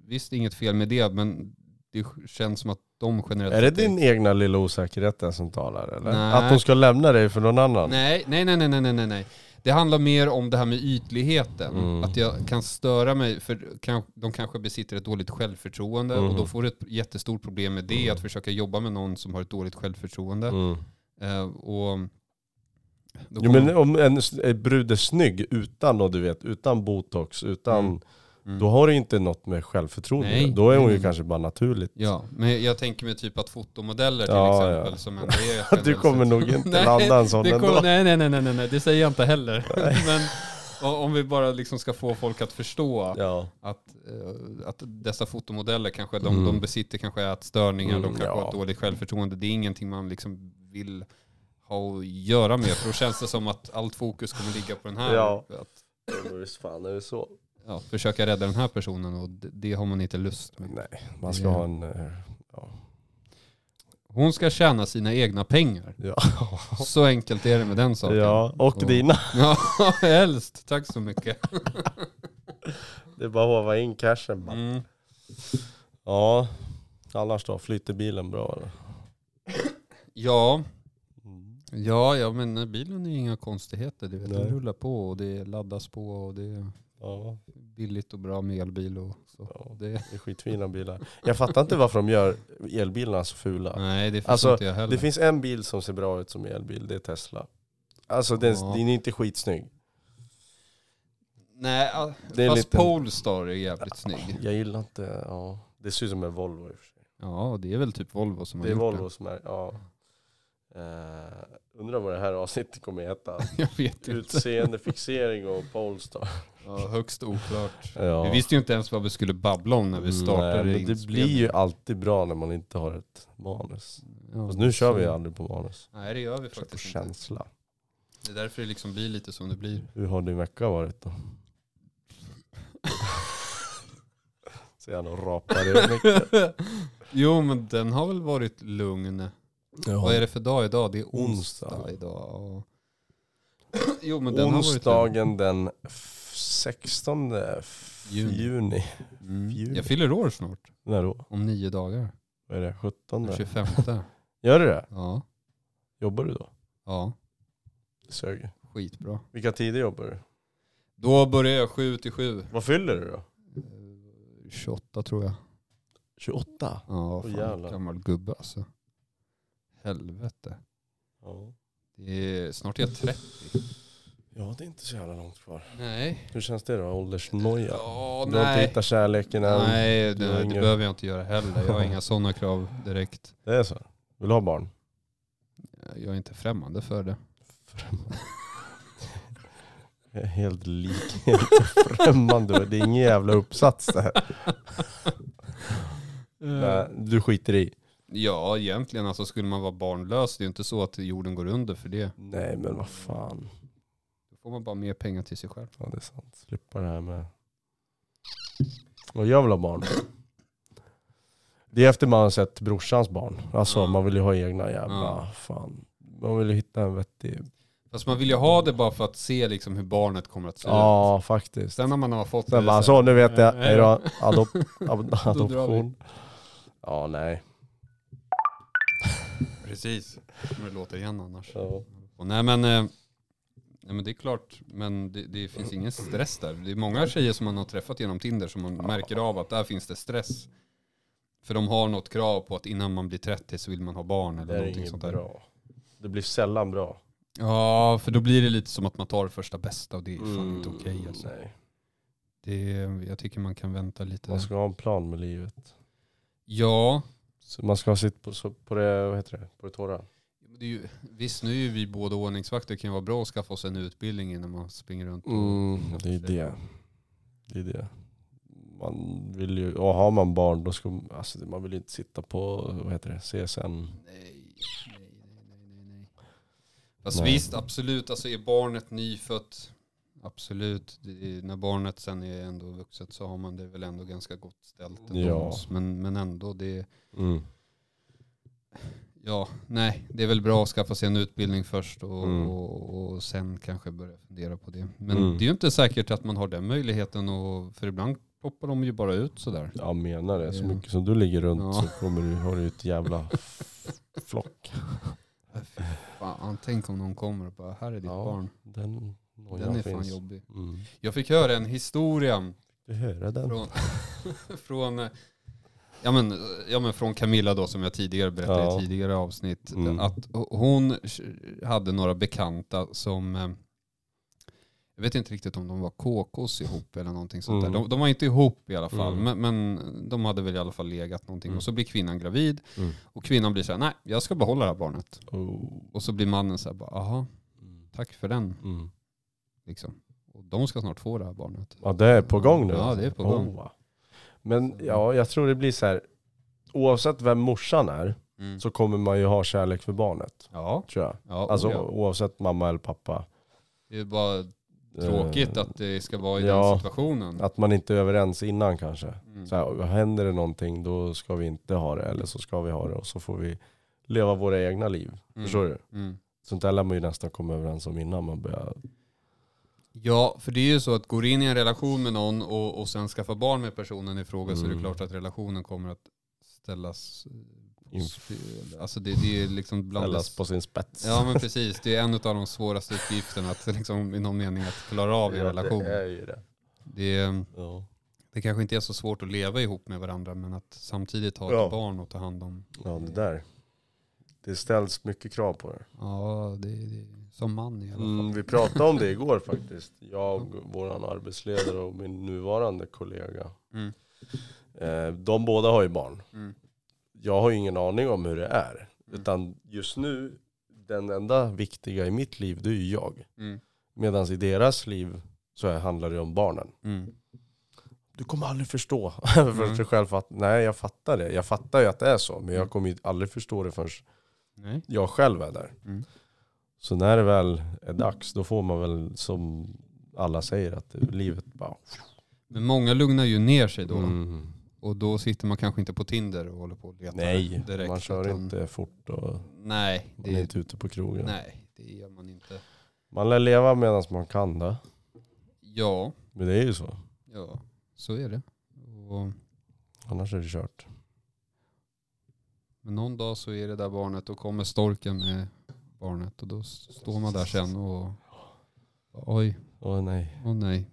[SPEAKER 2] visst, inget fel med det, men det känns som att de generellt
[SPEAKER 1] Är det
[SPEAKER 2] sett
[SPEAKER 1] din egna lilla osäkerhet där som talar eller?
[SPEAKER 2] Nej.
[SPEAKER 1] Att hon ska lämna dig för någon annan?
[SPEAKER 2] Nej, nej, nej, nej, nej, nej, nej, nej. Det handlar mer om det här med ytligheten.
[SPEAKER 1] Mm.
[SPEAKER 2] Att jag kan störa mig, för kan, de kanske besitter ett dåligt självförtroende
[SPEAKER 1] Mm.
[SPEAKER 2] och då får du ett jättestort problem med det,
[SPEAKER 1] Mm.
[SPEAKER 2] att försöka jobba med någon som har ett dåligt självförtroende.
[SPEAKER 1] Mm.
[SPEAKER 2] Eh, och då
[SPEAKER 1] Jo
[SPEAKER 2] kommer-
[SPEAKER 1] men om en s- en brud är snygg utan, och du vet, utan botox, utan,
[SPEAKER 2] Mm. Mm.
[SPEAKER 1] då har du inte något med självförtroende.
[SPEAKER 2] Nej.
[SPEAKER 1] Då är hon ju
[SPEAKER 2] Mm.
[SPEAKER 1] kanske bara naturligt.
[SPEAKER 2] Ja, men jag tänker mig typ att fotomodeller till
[SPEAKER 1] Ja,
[SPEAKER 2] exempel
[SPEAKER 1] ja.
[SPEAKER 2] som ändå är...
[SPEAKER 1] Att Du
[SPEAKER 2] generellt
[SPEAKER 1] kommer
[SPEAKER 2] sett-
[SPEAKER 1] nog inte
[SPEAKER 2] Nej,
[SPEAKER 1] landa en sån
[SPEAKER 2] det kommer-
[SPEAKER 1] ändå.
[SPEAKER 2] nej, nej, nej, nej, nej, nej, det säger jag inte heller. men o- om vi bara liksom ska få folk att förstå
[SPEAKER 1] Ja.
[SPEAKER 2] att, eh, att dessa fotomodeller kanske, de,
[SPEAKER 1] Mm.
[SPEAKER 2] de besitter kanske ätstörningar,
[SPEAKER 1] Mm,
[SPEAKER 2] de kanske
[SPEAKER 1] ja.
[SPEAKER 2] har ett dåligt självförtroende. Det är ingenting man liksom vill ha att göra med. För då känns det som att allt fokus kommer ligga på den här.
[SPEAKER 1] Ja.
[SPEAKER 2] Att
[SPEAKER 1] Ja, men Visst fan är det så?
[SPEAKER 2] ja, försöka rädda den här personen och det, det har man inte lust med.
[SPEAKER 1] Nej, man ska
[SPEAKER 2] Det-
[SPEAKER 1] ha en... eh,
[SPEAKER 2] Hon ska tjäna sina egna pengar.
[SPEAKER 1] Ja,
[SPEAKER 2] Så enkelt är det med den saken.
[SPEAKER 1] ja. och
[SPEAKER 2] Ja.
[SPEAKER 1] dina.
[SPEAKER 2] ja helst. Tack så mycket.
[SPEAKER 1] Det är bara att håva in cashen bara.
[SPEAKER 2] Mm.
[SPEAKER 1] Ja, annars då? Flyter bilen bra eller?
[SPEAKER 2] Ja,
[SPEAKER 1] Mm.
[SPEAKER 2] ja, ja, men bilen är ju inga konstigheter. Du vet, den
[SPEAKER 1] Nej.
[SPEAKER 2] rullar på och det laddas på och det
[SPEAKER 1] Ja,
[SPEAKER 2] billigt och bra med elbil och så.
[SPEAKER 1] ja,
[SPEAKER 2] Det,
[SPEAKER 1] det är skitfina bilar. Jag fattar inte varför de gör elbilarna så fula.
[SPEAKER 2] nej, det förstår
[SPEAKER 1] Alltså,
[SPEAKER 2] inte jag heller.
[SPEAKER 1] Det finns en bil som ser bra ut som elbil, det är Tesla. Alltså den,
[SPEAKER 2] Ja.
[SPEAKER 1] den är inte skitsnygg.
[SPEAKER 2] nej, ah,
[SPEAKER 1] Det är
[SPEAKER 2] fast
[SPEAKER 1] lite-
[SPEAKER 2] Polestar är jävligt snygg.
[SPEAKER 1] Jag gillar inte, ja. Det ser ut som en Volvo i och för sig.
[SPEAKER 2] Ja, det är väl typ Volvo som
[SPEAKER 1] Det är
[SPEAKER 2] har gjort
[SPEAKER 1] Volvo som är, ja. Eh, undrar vad det här avsnittet kommer heta.
[SPEAKER 2] den. Jag vet inte.
[SPEAKER 1] Utseendefixering och Polestar.
[SPEAKER 2] Ja, högst oklart.
[SPEAKER 1] Ja.
[SPEAKER 2] Vi visste ju inte ens vad vi skulle babbla om när vi startade
[SPEAKER 1] Mm, Nej, men Det blir
[SPEAKER 2] inspelningen.
[SPEAKER 1] ju alltid bra när man inte har ett manus.
[SPEAKER 2] Ja,
[SPEAKER 1] Fast nu kör vi
[SPEAKER 2] så-
[SPEAKER 1] aldrig på manus.
[SPEAKER 2] Nej, det gör vi
[SPEAKER 1] Vi kör på
[SPEAKER 2] faktiskt inte.
[SPEAKER 1] känsla.
[SPEAKER 2] Det är därför det liksom blir lite som det blir.
[SPEAKER 1] Hur har din vecka varit då? Så han och rapar i micken.
[SPEAKER 2] jo, men den har väl varit lugn. Vad är det för dag idag? Det är onsdag,
[SPEAKER 1] Onsdag.
[SPEAKER 2] idag. Och... jo, men den har typ- varit
[SPEAKER 1] Onsdagen den f- 16 f-
[SPEAKER 2] Juni.
[SPEAKER 1] juni.
[SPEAKER 2] lugn. Mm.
[SPEAKER 1] juni.
[SPEAKER 2] Jag fyller år snart.
[SPEAKER 1] När då?
[SPEAKER 2] Om nio dagar.
[SPEAKER 1] Vad är det? 17?
[SPEAKER 2] Den 25.
[SPEAKER 1] Gör du det?
[SPEAKER 2] ja.
[SPEAKER 1] Jobbar du då?
[SPEAKER 2] ja,
[SPEAKER 1] Det Söger.
[SPEAKER 2] skitbra.
[SPEAKER 1] Vilka tider jobbar du?
[SPEAKER 2] Då börjar jag 7 till 7.
[SPEAKER 1] Vad fyller du då?
[SPEAKER 2] 28 tror jag.
[SPEAKER 1] 28?
[SPEAKER 2] Ja,
[SPEAKER 1] Åh,
[SPEAKER 2] fan,
[SPEAKER 1] jävlar.
[SPEAKER 2] gammal gubbe alltså. Helvete.
[SPEAKER 1] Ja.
[SPEAKER 2] Det är, snart är jag 30.
[SPEAKER 1] ja, det är inte så jävla långt kvar.
[SPEAKER 2] Nej.
[SPEAKER 1] Hur känns det då? Åldersnoja?
[SPEAKER 2] Ja,
[SPEAKER 1] Du har inte
[SPEAKER 2] nej.
[SPEAKER 1] hittat kärleken än?
[SPEAKER 2] Nej,
[SPEAKER 1] Du har
[SPEAKER 2] det, det
[SPEAKER 1] ingen-
[SPEAKER 2] behöver jag inte göra heller. Jag har inga sådana krav direkt.
[SPEAKER 1] Det är så? Vill du ha barn?
[SPEAKER 2] Jag är inte främmande för det.
[SPEAKER 1] Jag är helt lik, helt främmande. Det är ingen jävla uppsats det här.
[SPEAKER 2] Eh,
[SPEAKER 1] Nej, Du skiter i.
[SPEAKER 2] Ja, egentligen. Alltså, skulle man vara barnlös, det är ju inte så att jorden går under för det.
[SPEAKER 1] Nej men vad fan.
[SPEAKER 2] Då får man bara mer pengar till sig själv.
[SPEAKER 1] Ja det är sant. Slippa det här med... Och jag vill ha barn. Det är efter man har sett brorsans barn. Alltså
[SPEAKER 2] Mm.
[SPEAKER 1] man vill ju ha egna jävla...
[SPEAKER 2] Mm.
[SPEAKER 1] Fan. Man vill ju hitta en vettig...
[SPEAKER 2] Fast man vill ju ha det bara för att se liksom, hur barnet kommer att se ut.
[SPEAKER 1] Ja faktiskt.
[SPEAKER 2] Sen när man har fått
[SPEAKER 1] Sen
[SPEAKER 2] det
[SPEAKER 1] bara
[SPEAKER 2] så här-
[SPEAKER 1] så, nu vet jag.
[SPEAKER 2] Eh,
[SPEAKER 1] Hej då. Adop ad
[SPEAKER 2] Då drar vi.
[SPEAKER 1] adoption. Ja nej.
[SPEAKER 2] Precis. Kommer det låta igen annars.
[SPEAKER 1] Ja.
[SPEAKER 2] Och nej, men, eh, nej men det är klart, men det, det finns ingen stress där. Det är många tjejer som man har träffat genom Tinder som man märker av att där finns det stress. För de har något krav på att innan man blir 30 så vill man ha barn
[SPEAKER 1] Det
[SPEAKER 2] eller
[SPEAKER 1] är
[SPEAKER 2] någonting
[SPEAKER 1] inget
[SPEAKER 2] sånt där.
[SPEAKER 1] bra. Det blir sällan bra.
[SPEAKER 2] Ja, för då blir det lite som att man tar det första bästa och det är fan
[SPEAKER 1] Mm.
[SPEAKER 2] inte okej. alltså.
[SPEAKER 1] Nej.
[SPEAKER 2] Det, jag tycker man kan vänta lite.
[SPEAKER 1] Man ska ha en plan med livet.
[SPEAKER 2] Ja,
[SPEAKER 1] Så man ska ha sitt på, så- på det, vad heter det, på det torra.
[SPEAKER 2] det är ju, visst nu är ju vi båda ordningsvakter. Det kan ju vara bra att skaffa oss en utbildning innan man springer runt. och-
[SPEAKER 1] Mm, det är det. Det är det. Man vill ju, och har man barn då ska alltså, man vill ju inte sitta på, vad heter det, CSN.
[SPEAKER 2] Nej, nej, nej, nej, nej. Fast
[SPEAKER 1] Nej.
[SPEAKER 2] visst, absolut, alltså är barnet nyfött, absolut, det är, när barnet sen är ändå vuxet så har man det väl ändå ganska gott ställt. ändå.
[SPEAKER 1] Ja.
[SPEAKER 2] Men, men ändå, det,
[SPEAKER 1] Mm.
[SPEAKER 2] ja, nej, det är väl bra att skaffa sig en utbildning först och,
[SPEAKER 1] Mm.
[SPEAKER 2] och, och sen kanske börja fundera på det. Men
[SPEAKER 1] Mm.
[SPEAKER 2] det är ju inte säkert att man har den möjligheten, och, för ibland poppar de ju bara ut sådär.
[SPEAKER 1] Jag menar det. Så
[SPEAKER 2] Ja.
[SPEAKER 1] mycket som du ligger runt
[SPEAKER 2] Ja.
[SPEAKER 1] så kommer du, har du ett jävla f- flock.
[SPEAKER 2] Äh, Fan, tänk om någon kommer och bara, här är ditt
[SPEAKER 1] Ja,
[SPEAKER 2] barn.
[SPEAKER 1] Den nojan
[SPEAKER 2] Den är fan
[SPEAKER 1] finns.
[SPEAKER 2] jobbig.
[SPEAKER 1] Mm.
[SPEAKER 2] Jag fick höra en historia
[SPEAKER 1] Du hör den.
[SPEAKER 2] från, från, eh, ja, men, eh, ja, men från Camilla då som jag tidigare berättade
[SPEAKER 1] Ja.
[SPEAKER 2] i tidigare avsnitt.
[SPEAKER 1] Mm.
[SPEAKER 2] Att h- hon sh- hade några bekanta som, eh, jag vet inte riktigt om de var KKs ihop eller någonting sånt
[SPEAKER 1] Mm.
[SPEAKER 2] där. De, de var inte ihop i alla fall,
[SPEAKER 1] Mm.
[SPEAKER 2] men, men de hade väl i alla fall legat någonting.
[SPEAKER 1] Mm.
[SPEAKER 2] Och så blir kvinnan gravid
[SPEAKER 1] Mm.
[SPEAKER 2] och kvinnan blir så här, nej jag ska behålla det här barnet.
[SPEAKER 1] Oh.
[SPEAKER 2] Och så blir mannen så här, bara, aha,
[SPEAKER 1] Mm.
[SPEAKER 2] tack för den.
[SPEAKER 1] Mm.
[SPEAKER 2] Liksom. Och de ska snart få det här barnet.
[SPEAKER 1] Ja det är på gång nu.
[SPEAKER 2] Ja, det är på gång.
[SPEAKER 1] va. Men ja, jag tror det blir så här. Oavsett vem morsan är
[SPEAKER 2] Mm.
[SPEAKER 1] så kommer man ju ha kärlek för barnet.
[SPEAKER 2] Ja,
[SPEAKER 1] Tror jag.
[SPEAKER 2] ja,
[SPEAKER 1] Alltså
[SPEAKER 2] oh ja.
[SPEAKER 1] oavsett mamma eller pappa.
[SPEAKER 2] Det är bara
[SPEAKER 1] Eh,
[SPEAKER 2] Tråkigt att det ska vara i
[SPEAKER 1] ja.
[SPEAKER 2] den situationen.
[SPEAKER 1] Eh, Att man inte är överens innan kanske.
[SPEAKER 2] Mm.
[SPEAKER 1] Så här, händer det någonting då ska vi inte ha det eller så ska vi ha det och så får vi leva våra egna liv.
[SPEAKER 2] Mm.
[SPEAKER 1] Förstår du?
[SPEAKER 2] Mm.
[SPEAKER 1] Sånt där lär man ju nästan komma överens om innan man börjar.
[SPEAKER 2] Ja, för det är ju så att går in i en relation med någon och, och sen skaffa barn med personen i fråga så är
[SPEAKER 1] Mm.
[SPEAKER 2] det klart att relationen kommer att ställas...
[SPEAKER 1] In-
[SPEAKER 2] Alltså det, det är liksom bland
[SPEAKER 1] Ställas
[SPEAKER 2] det,
[SPEAKER 1] på sin spets.
[SPEAKER 2] Ja men precis, det är en av de svåraste uppgifterna att liksom, i någon mening att klara av i en relation.
[SPEAKER 1] det är ju det.
[SPEAKER 2] Det,
[SPEAKER 1] Ja.
[SPEAKER 2] det kanske inte är så svårt att leva ihop med varandra men att samtidigt ha ett
[SPEAKER 1] Ja.
[SPEAKER 2] barn och ta hand om.
[SPEAKER 1] ja, det där. Det ställs mycket krav på det.
[SPEAKER 2] Ja, det, det, som man i alla fall.
[SPEAKER 1] Mm, vi pratade om det igår faktiskt. Jag, våran arbetsledare och min nuvarande kollega.
[SPEAKER 2] Mm.
[SPEAKER 1] Eh, de båda har ju barn.
[SPEAKER 2] Mm.
[SPEAKER 1] Jag har ju ingen aning om hur det är.
[SPEAKER 2] Mm.
[SPEAKER 1] Utan just nu, den enda viktiga i mitt liv, det är ju jag.
[SPEAKER 2] Mm.
[SPEAKER 1] Medan i deras liv så här handlar det om barnen.
[SPEAKER 2] Mm.
[SPEAKER 1] Du kommer aldrig förstå. för
[SPEAKER 2] Mm.
[SPEAKER 1] sig själv fatt, nej, jag fattar det. Jag fattar ju att det är så. Men jag
[SPEAKER 2] Mm.
[SPEAKER 1] kommer ju aldrig förstå det förrän
[SPEAKER 2] Nej.
[SPEAKER 1] jag själv är där.
[SPEAKER 2] Mm.
[SPEAKER 1] Så när det väl är dags, då får man väl som alla säger att livet bara...
[SPEAKER 2] Men många lugnar ju ner sig då.
[SPEAKER 1] Mm.
[SPEAKER 2] Och då sitter man kanske inte på Tinder och håller på och letar
[SPEAKER 1] Nej,
[SPEAKER 2] direkt.
[SPEAKER 1] man kör
[SPEAKER 2] utan-
[SPEAKER 1] inte fort och
[SPEAKER 2] Nej,
[SPEAKER 1] man är
[SPEAKER 2] det,
[SPEAKER 1] inte ute på krogen.
[SPEAKER 2] nej, det gör man inte.
[SPEAKER 1] Man lär leva medan man kan det.
[SPEAKER 2] Ja,
[SPEAKER 1] Men det är ju så.
[SPEAKER 2] ja så är det. Och,
[SPEAKER 1] Annars är det kört.
[SPEAKER 2] men någon dag så är det där barnet och kommer storken med barnet och då s- står man där sen och oj,
[SPEAKER 1] Åh nej.
[SPEAKER 2] åh nej.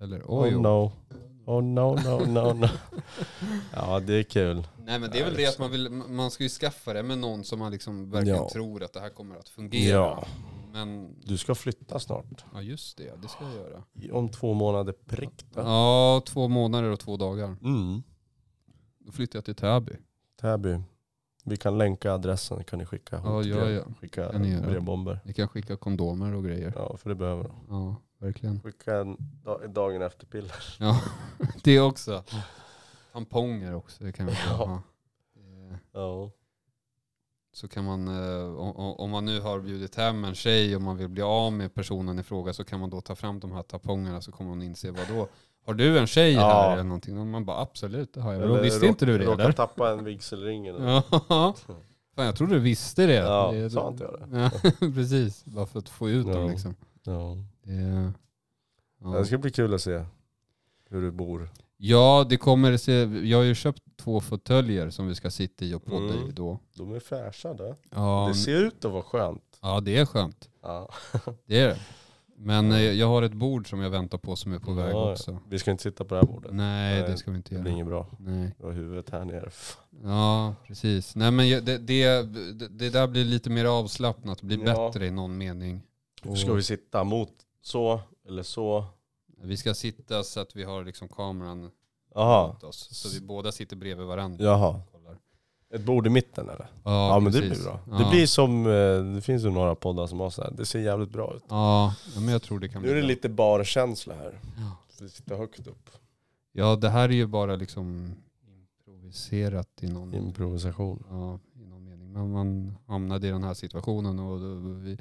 [SPEAKER 2] Eller oj,
[SPEAKER 1] Oh
[SPEAKER 2] oh,
[SPEAKER 1] no. Oh no, no, no, no. ja, det är kul.
[SPEAKER 2] Nej men det är väl det att man, vill, man ska ju skaffa det med någon som man liksom verkligen
[SPEAKER 1] Ja.
[SPEAKER 2] tror att det här kommer att fungera.
[SPEAKER 1] Ja,
[SPEAKER 2] Men
[SPEAKER 1] du ska flytta snart.
[SPEAKER 2] ja just det, det ska jag göra.
[SPEAKER 1] I- Om två månader prick. då.
[SPEAKER 2] Ja, två månader och två dagar.
[SPEAKER 1] Mm.
[SPEAKER 2] Då flyttar jag till Täby.
[SPEAKER 1] Täby. Vi kan länka adressen, kan ni skicka
[SPEAKER 2] Ja, ja,
[SPEAKER 1] hotbrev-
[SPEAKER 2] ja.
[SPEAKER 1] Skicka
[SPEAKER 2] Kan ni göra.
[SPEAKER 1] brevbomber.
[SPEAKER 2] Ni kan skicka kondomer och grejer.
[SPEAKER 1] Ja, för det behöver de.
[SPEAKER 2] Ja, verkligen.
[SPEAKER 1] Skicka en da- dagen efter-piller.
[SPEAKER 2] Ja, det också. Tamponger också. Det kan vi
[SPEAKER 1] Ja.
[SPEAKER 2] ja. Eh,
[SPEAKER 1] Ja.
[SPEAKER 2] Så kan man, eh, o- o- om man nu har bjudit hem en tjej och man vill bli av med personen i fråga så kan man då ta fram de här tampongerna så kommer hon inse vad då? Har du en tjej
[SPEAKER 1] Ja.
[SPEAKER 2] här eller någonting? Och man bara absolut det har jag. Eller, visste
[SPEAKER 1] råk-
[SPEAKER 2] inte du det
[SPEAKER 1] råka
[SPEAKER 2] eller?
[SPEAKER 1] tappa en vigselring eller
[SPEAKER 2] Ja. Fan jag trodde du visste det.
[SPEAKER 1] Ja,
[SPEAKER 2] det,
[SPEAKER 1] sa inte jag det?
[SPEAKER 2] Ja, precis. Bara för att få ut
[SPEAKER 1] Ja.
[SPEAKER 2] dem liksom.
[SPEAKER 1] Ja.
[SPEAKER 2] Det, ja.
[SPEAKER 1] Det ska bli kul att se hur du bor.
[SPEAKER 2] Ja, det kommer se. Jag har ju köpt två fåtöljer som vi ska sitta i och podda
[SPEAKER 1] Mm.
[SPEAKER 2] i då.
[SPEAKER 1] De är fräscha då.
[SPEAKER 2] Ja,
[SPEAKER 1] Det ser ut att vara skönt.
[SPEAKER 2] ja, det är skönt.
[SPEAKER 1] Ja.
[SPEAKER 2] Det är det. Men eh, jag har ett bord som jag väntar på som är på väg
[SPEAKER 1] Ja, ja.
[SPEAKER 2] också.
[SPEAKER 1] Vi ska inte sitta på det här bordet.
[SPEAKER 2] Nej,
[SPEAKER 1] Nej,
[SPEAKER 2] det ska vi inte
[SPEAKER 1] Det blir
[SPEAKER 2] göra.
[SPEAKER 1] inget bra.
[SPEAKER 2] Nej.
[SPEAKER 1] Du har huvudet här nere.
[SPEAKER 2] Ja, precis. Nej, men jag- det, det, det- det där blir lite mer avslappnat, det blir
[SPEAKER 1] Ja.
[SPEAKER 2] bättre i någon mening.
[SPEAKER 1] Hur ska vi sitta? Mot så eller så?
[SPEAKER 2] Vi ska sitta så att vi har liksom kameran
[SPEAKER 1] Jaha.
[SPEAKER 2] mot oss. Så vi båda sitter bredvid varandra.
[SPEAKER 1] Jaha.
[SPEAKER 2] och kollar.
[SPEAKER 1] Ett bord i mitten eller?
[SPEAKER 2] Ja,
[SPEAKER 1] Ja, men det
[SPEAKER 2] precis.
[SPEAKER 1] blir bra.
[SPEAKER 2] Ja.
[SPEAKER 1] Det blir som, eh, det finns ju några poddar som har så här. det ser jävligt bra ut.
[SPEAKER 2] Ja, men jag tror det kan
[SPEAKER 1] Nu är
[SPEAKER 2] bli
[SPEAKER 1] det
[SPEAKER 2] bra.
[SPEAKER 1] lite barkänsla här.
[SPEAKER 2] Ja.
[SPEAKER 1] Så vi sitter högt upp.
[SPEAKER 2] Ja, det här är ju bara liksom improviserat i någon,
[SPEAKER 1] Improvisation.
[SPEAKER 2] ja, i någon mening. någonting. Men man hamnade i den här situationen och då, vi,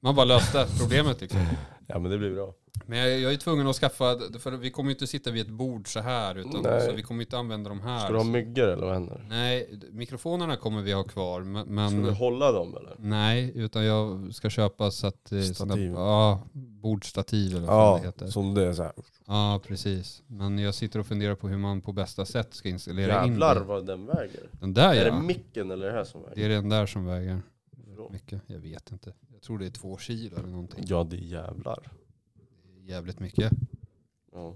[SPEAKER 2] man bara löste problemet liksom.
[SPEAKER 1] Ja men det blir bra.
[SPEAKER 2] Men jag, jag är tvungen att skaffa, för vi kommer ju inte sitta vid ett bord så här, utan
[SPEAKER 1] Nej.
[SPEAKER 2] så vi kommer ju inte använda de här.
[SPEAKER 1] Ska du ha myggor eller vad händer?
[SPEAKER 2] Nej, d- mikrofonerna kommer vi ha kvar, men...
[SPEAKER 1] Ska du
[SPEAKER 2] men
[SPEAKER 1] hålla dem eller?
[SPEAKER 2] nej, utan jag ska köpa så att... eh, såna-
[SPEAKER 1] Stativ.
[SPEAKER 2] Ja, bordstativ eller vad fan
[SPEAKER 1] Ja,
[SPEAKER 2] det heter.
[SPEAKER 1] som det är så här.
[SPEAKER 2] Ja, precis. Men jag sitter och funderar på hur man på bästa sätt ska installera
[SPEAKER 1] Jävlar
[SPEAKER 2] in det.
[SPEAKER 1] vad den väger.
[SPEAKER 2] Den där
[SPEAKER 1] Är
[SPEAKER 2] ja.
[SPEAKER 1] det micken eller är det här som väger?
[SPEAKER 2] Det är den där som väger
[SPEAKER 1] Förlåt.
[SPEAKER 2] mycket. Jag vet inte. Jag tror det är två kilo eller någonting.
[SPEAKER 1] Ja det är jävlar.
[SPEAKER 2] Det är Jävligt mycket.
[SPEAKER 1] Ja,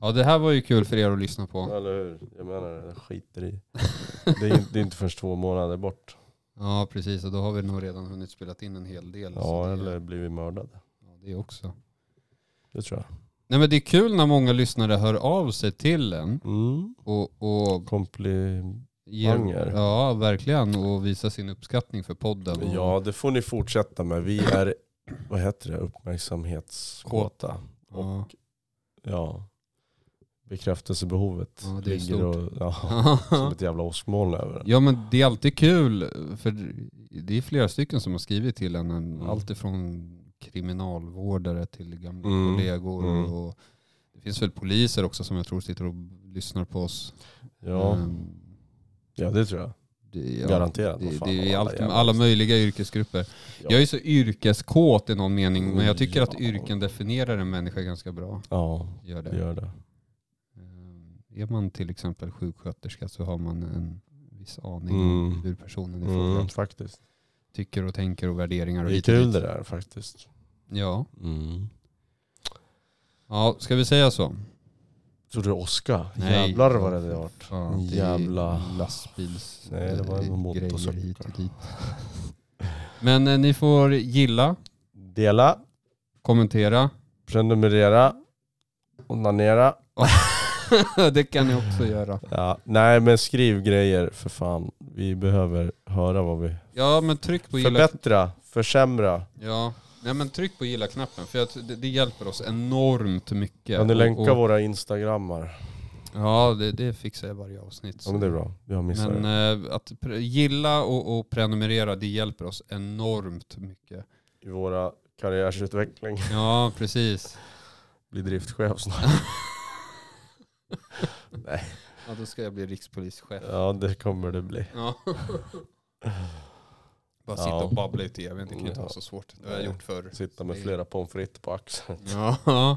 [SPEAKER 2] Ja, det här var ju kul för er att lyssna på.
[SPEAKER 1] eller hur? Jag menar jag skiter i. Det är, inte, det är inte förrän två månader bort.
[SPEAKER 2] Ja, precis. Och då har vi nog redan hunnit spela in en hel del. så
[SPEAKER 1] Ja
[SPEAKER 2] det,
[SPEAKER 1] eller blivit mördade.
[SPEAKER 2] Ja, det också.
[SPEAKER 1] Det tror jag.
[SPEAKER 2] Nej, men det är kul när många lyssnare hör av sig till en
[SPEAKER 1] Mm.
[SPEAKER 2] och, och
[SPEAKER 1] Kompli-
[SPEAKER 2] ger,
[SPEAKER 1] Anger.
[SPEAKER 2] ja, verkligen, och visar sin uppskattning för podden. Och,
[SPEAKER 1] Ja det får ni fortsätta med. Vi är, vad heter det, uppmärksamhetskåta.
[SPEAKER 2] ja.
[SPEAKER 1] Ja. Bekräftelsebehovet
[SPEAKER 2] Ja, det är
[SPEAKER 1] ligger och, ja, som ett jävla åskmoln över det.
[SPEAKER 2] Ja men det är alltid kul, för det är flera stycken som har skrivit till en, en
[SPEAKER 1] Mm.
[SPEAKER 2] allt ifrån kriminalvårdare till gamla
[SPEAKER 1] Mm.
[SPEAKER 2] kollegor.
[SPEAKER 1] Mm.
[SPEAKER 2] Och det finns väl poliser också som jag tror sitter och lyssnar på oss.
[SPEAKER 1] Ja,
[SPEAKER 2] Ehm,
[SPEAKER 1] ja det tror jag.
[SPEAKER 2] det, ja,
[SPEAKER 1] Garanterat. Vad
[SPEAKER 2] Det,
[SPEAKER 1] fan,
[SPEAKER 2] det är
[SPEAKER 1] alla
[SPEAKER 2] allt,
[SPEAKER 1] jävla-
[SPEAKER 2] alla möjliga yrkesgrupper.
[SPEAKER 1] Ja.
[SPEAKER 2] Jag är så yrkeskåt i någon mening, men jag tycker att
[SPEAKER 1] Ja.
[SPEAKER 2] yrken definierar en människa ganska bra.
[SPEAKER 1] Ja,
[SPEAKER 2] Gör det.
[SPEAKER 1] det gör det.
[SPEAKER 2] Ehm, Är man till exempel sjuksköterska så har man en viss aning om
[SPEAKER 1] Mm.
[SPEAKER 2] hur personen i fråga
[SPEAKER 1] Mm, faktiskt.
[SPEAKER 2] tycker och tänker och värderingar. Och
[SPEAKER 1] Det är
[SPEAKER 2] hit och
[SPEAKER 1] kul
[SPEAKER 2] dit.
[SPEAKER 1] det där faktiskt.
[SPEAKER 2] Ja.
[SPEAKER 1] Mm.
[SPEAKER 2] ja, ska vi säga så?
[SPEAKER 1] Tror du åska?
[SPEAKER 2] Nej.
[SPEAKER 1] Jävlar vad det hade varit.
[SPEAKER 2] Fan, det är
[SPEAKER 1] Jävla-
[SPEAKER 2] lastbils
[SPEAKER 1] Nej, det var en
[SPEAKER 2] eh,
[SPEAKER 1] motor
[SPEAKER 2] grejer
[SPEAKER 1] som-
[SPEAKER 2] hit och dit. Men eh, ni får gilla,
[SPEAKER 1] Dela,
[SPEAKER 2] kommentera.
[SPEAKER 1] prenumerera, onanera.
[SPEAKER 2] det kan ni också göra.
[SPEAKER 1] Ja, nej men skriv grejer för fan. Vi behöver höra vad vi...
[SPEAKER 2] Ja, men tryck på gilla.
[SPEAKER 1] Förbättra, försämra.
[SPEAKER 2] Ja. Nej, men tryck på gilla-knappen för jag, tror- det, det hjälper oss enormt mycket.
[SPEAKER 1] Kan du
[SPEAKER 2] Och-
[SPEAKER 1] länka
[SPEAKER 2] och-
[SPEAKER 1] våra instagrammar?
[SPEAKER 2] Ja, det, det fixar jag varje avsnitt.
[SPEAKER 1] Ja men det är bra, vi har missat
[SPEAKER 2] Men
[SPEAKER 1] det.
[SPEAKER 2] eh, att pre- gilla och, och prenumerera, det hjälper oss enormt mycket.
[SPEAKER 1] I våra karriärsutveckling.
[SPEAKER 2] Ja, precis.
[SPEAKER 1] Bli driftchef snart.
[SPEAKER 2] Ja, då ska jag bli rikspolischef.
[SPEAKER 1] Ja det kommer det bli.
[SPEAKER 2] Ja.
[SPEAKER 1] Ja.
[SPEAKER 2] Bara sitta och babbla i tvn, det kan ju inte
[SPEAKER 1] Ja.
[SPEAKER 2] vara så svårt. Det har jag
[SPEAKER 1] Nej.
[SPEAKER 2] gjort förr.
[SPEAKER 1] Sitta med flera pommes frites på axeln.
[SPEAKER 2] Ja.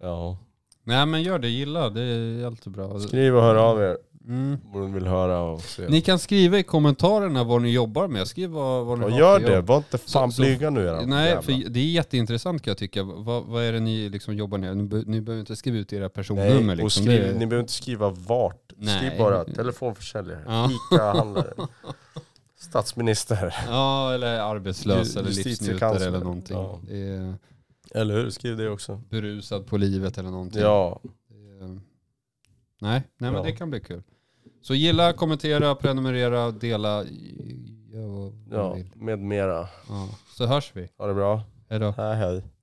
[SPEAKER 1] Ja.
[SPEAKER 2] Nej men gör det, gilla, det är alltid bra.
[SPEAKER 1] Skriv och hör av er
[SPEAKER 2] Mm.
[SPEAKER 1] om ni vill höra och se.
[SPEAKER 2] Ni kan skriva i kommentarerna vad ni jobbar med, skriv vad, vad ni
[SPEAKER 1] Ja,
[SPEAKER 2] har
[SPEAKER 1] gör
[SPEAKER 2] för
[SPEAKER 1] det,
[SPEAKER 2] jobb.
[SPEAKER 1] var inte
[SPEAKER 2] Så-
[SPEAKER 1] fan
[SPEAKER 2] så-
[SPEAKER 1] blyga nu era
[SPEAKER 2] Nej,
[SPEAKER 1] jävlar.
[SPEAKER 2] för det är jätteintressant kan jag tycka. Vad, vad är det ni liksom jobbar med? Ni, be, ni behöver inte skriva ut era personnummer.
[SPEAKER 1] Nej, och
[SPEAKER 2] liksom.
[SPEAKER 1] skriv,
[SPEAKER 2] Det är-
[SPEAKER 1] ni behöver inte skriva vart.
[SPEAKER 2] Nej.
[SPEAKER 1] Skriv bara telefonförsäljare,
[SPEAKER 2] Ja.
[SPEAKER 1] ICA-handlare, statsminister.
[SPEAKER 2] Ja, eller arbetslös
[SPEAKER 1] Ju-
[SPEAKER 2] eller livsnjutare
[SPEAKER 1] justitiekansler.
[SPEAKER 2] eller någonting.
[SPEAKER 1] Ja.
[SPEAKER 2] Det är
[SPEAKER 1] Eller hur, skriv det också.
[SPEAKER 2] berusad på livet eller någonting.
[SPEAKER 1] Ja,
[SPEAKER 2] Det är- Nej, nej men
[SPEAKER 1] Ja.
[SPEAKER 2] det kan bli kul. Så gilla, kommentera, prenumerera, dela. i- Gör vad man
[SPEAKER 1] ja,
[SPEAKER 2] vill.
[SPEAKER 1] med mera.
[SPEAKER 2] Ja. Så hörs vi.
[SPEAKER 1] Ha det bra.
[SPEAKER 2] Hej då.
[SPEAKER 1] Hej hej.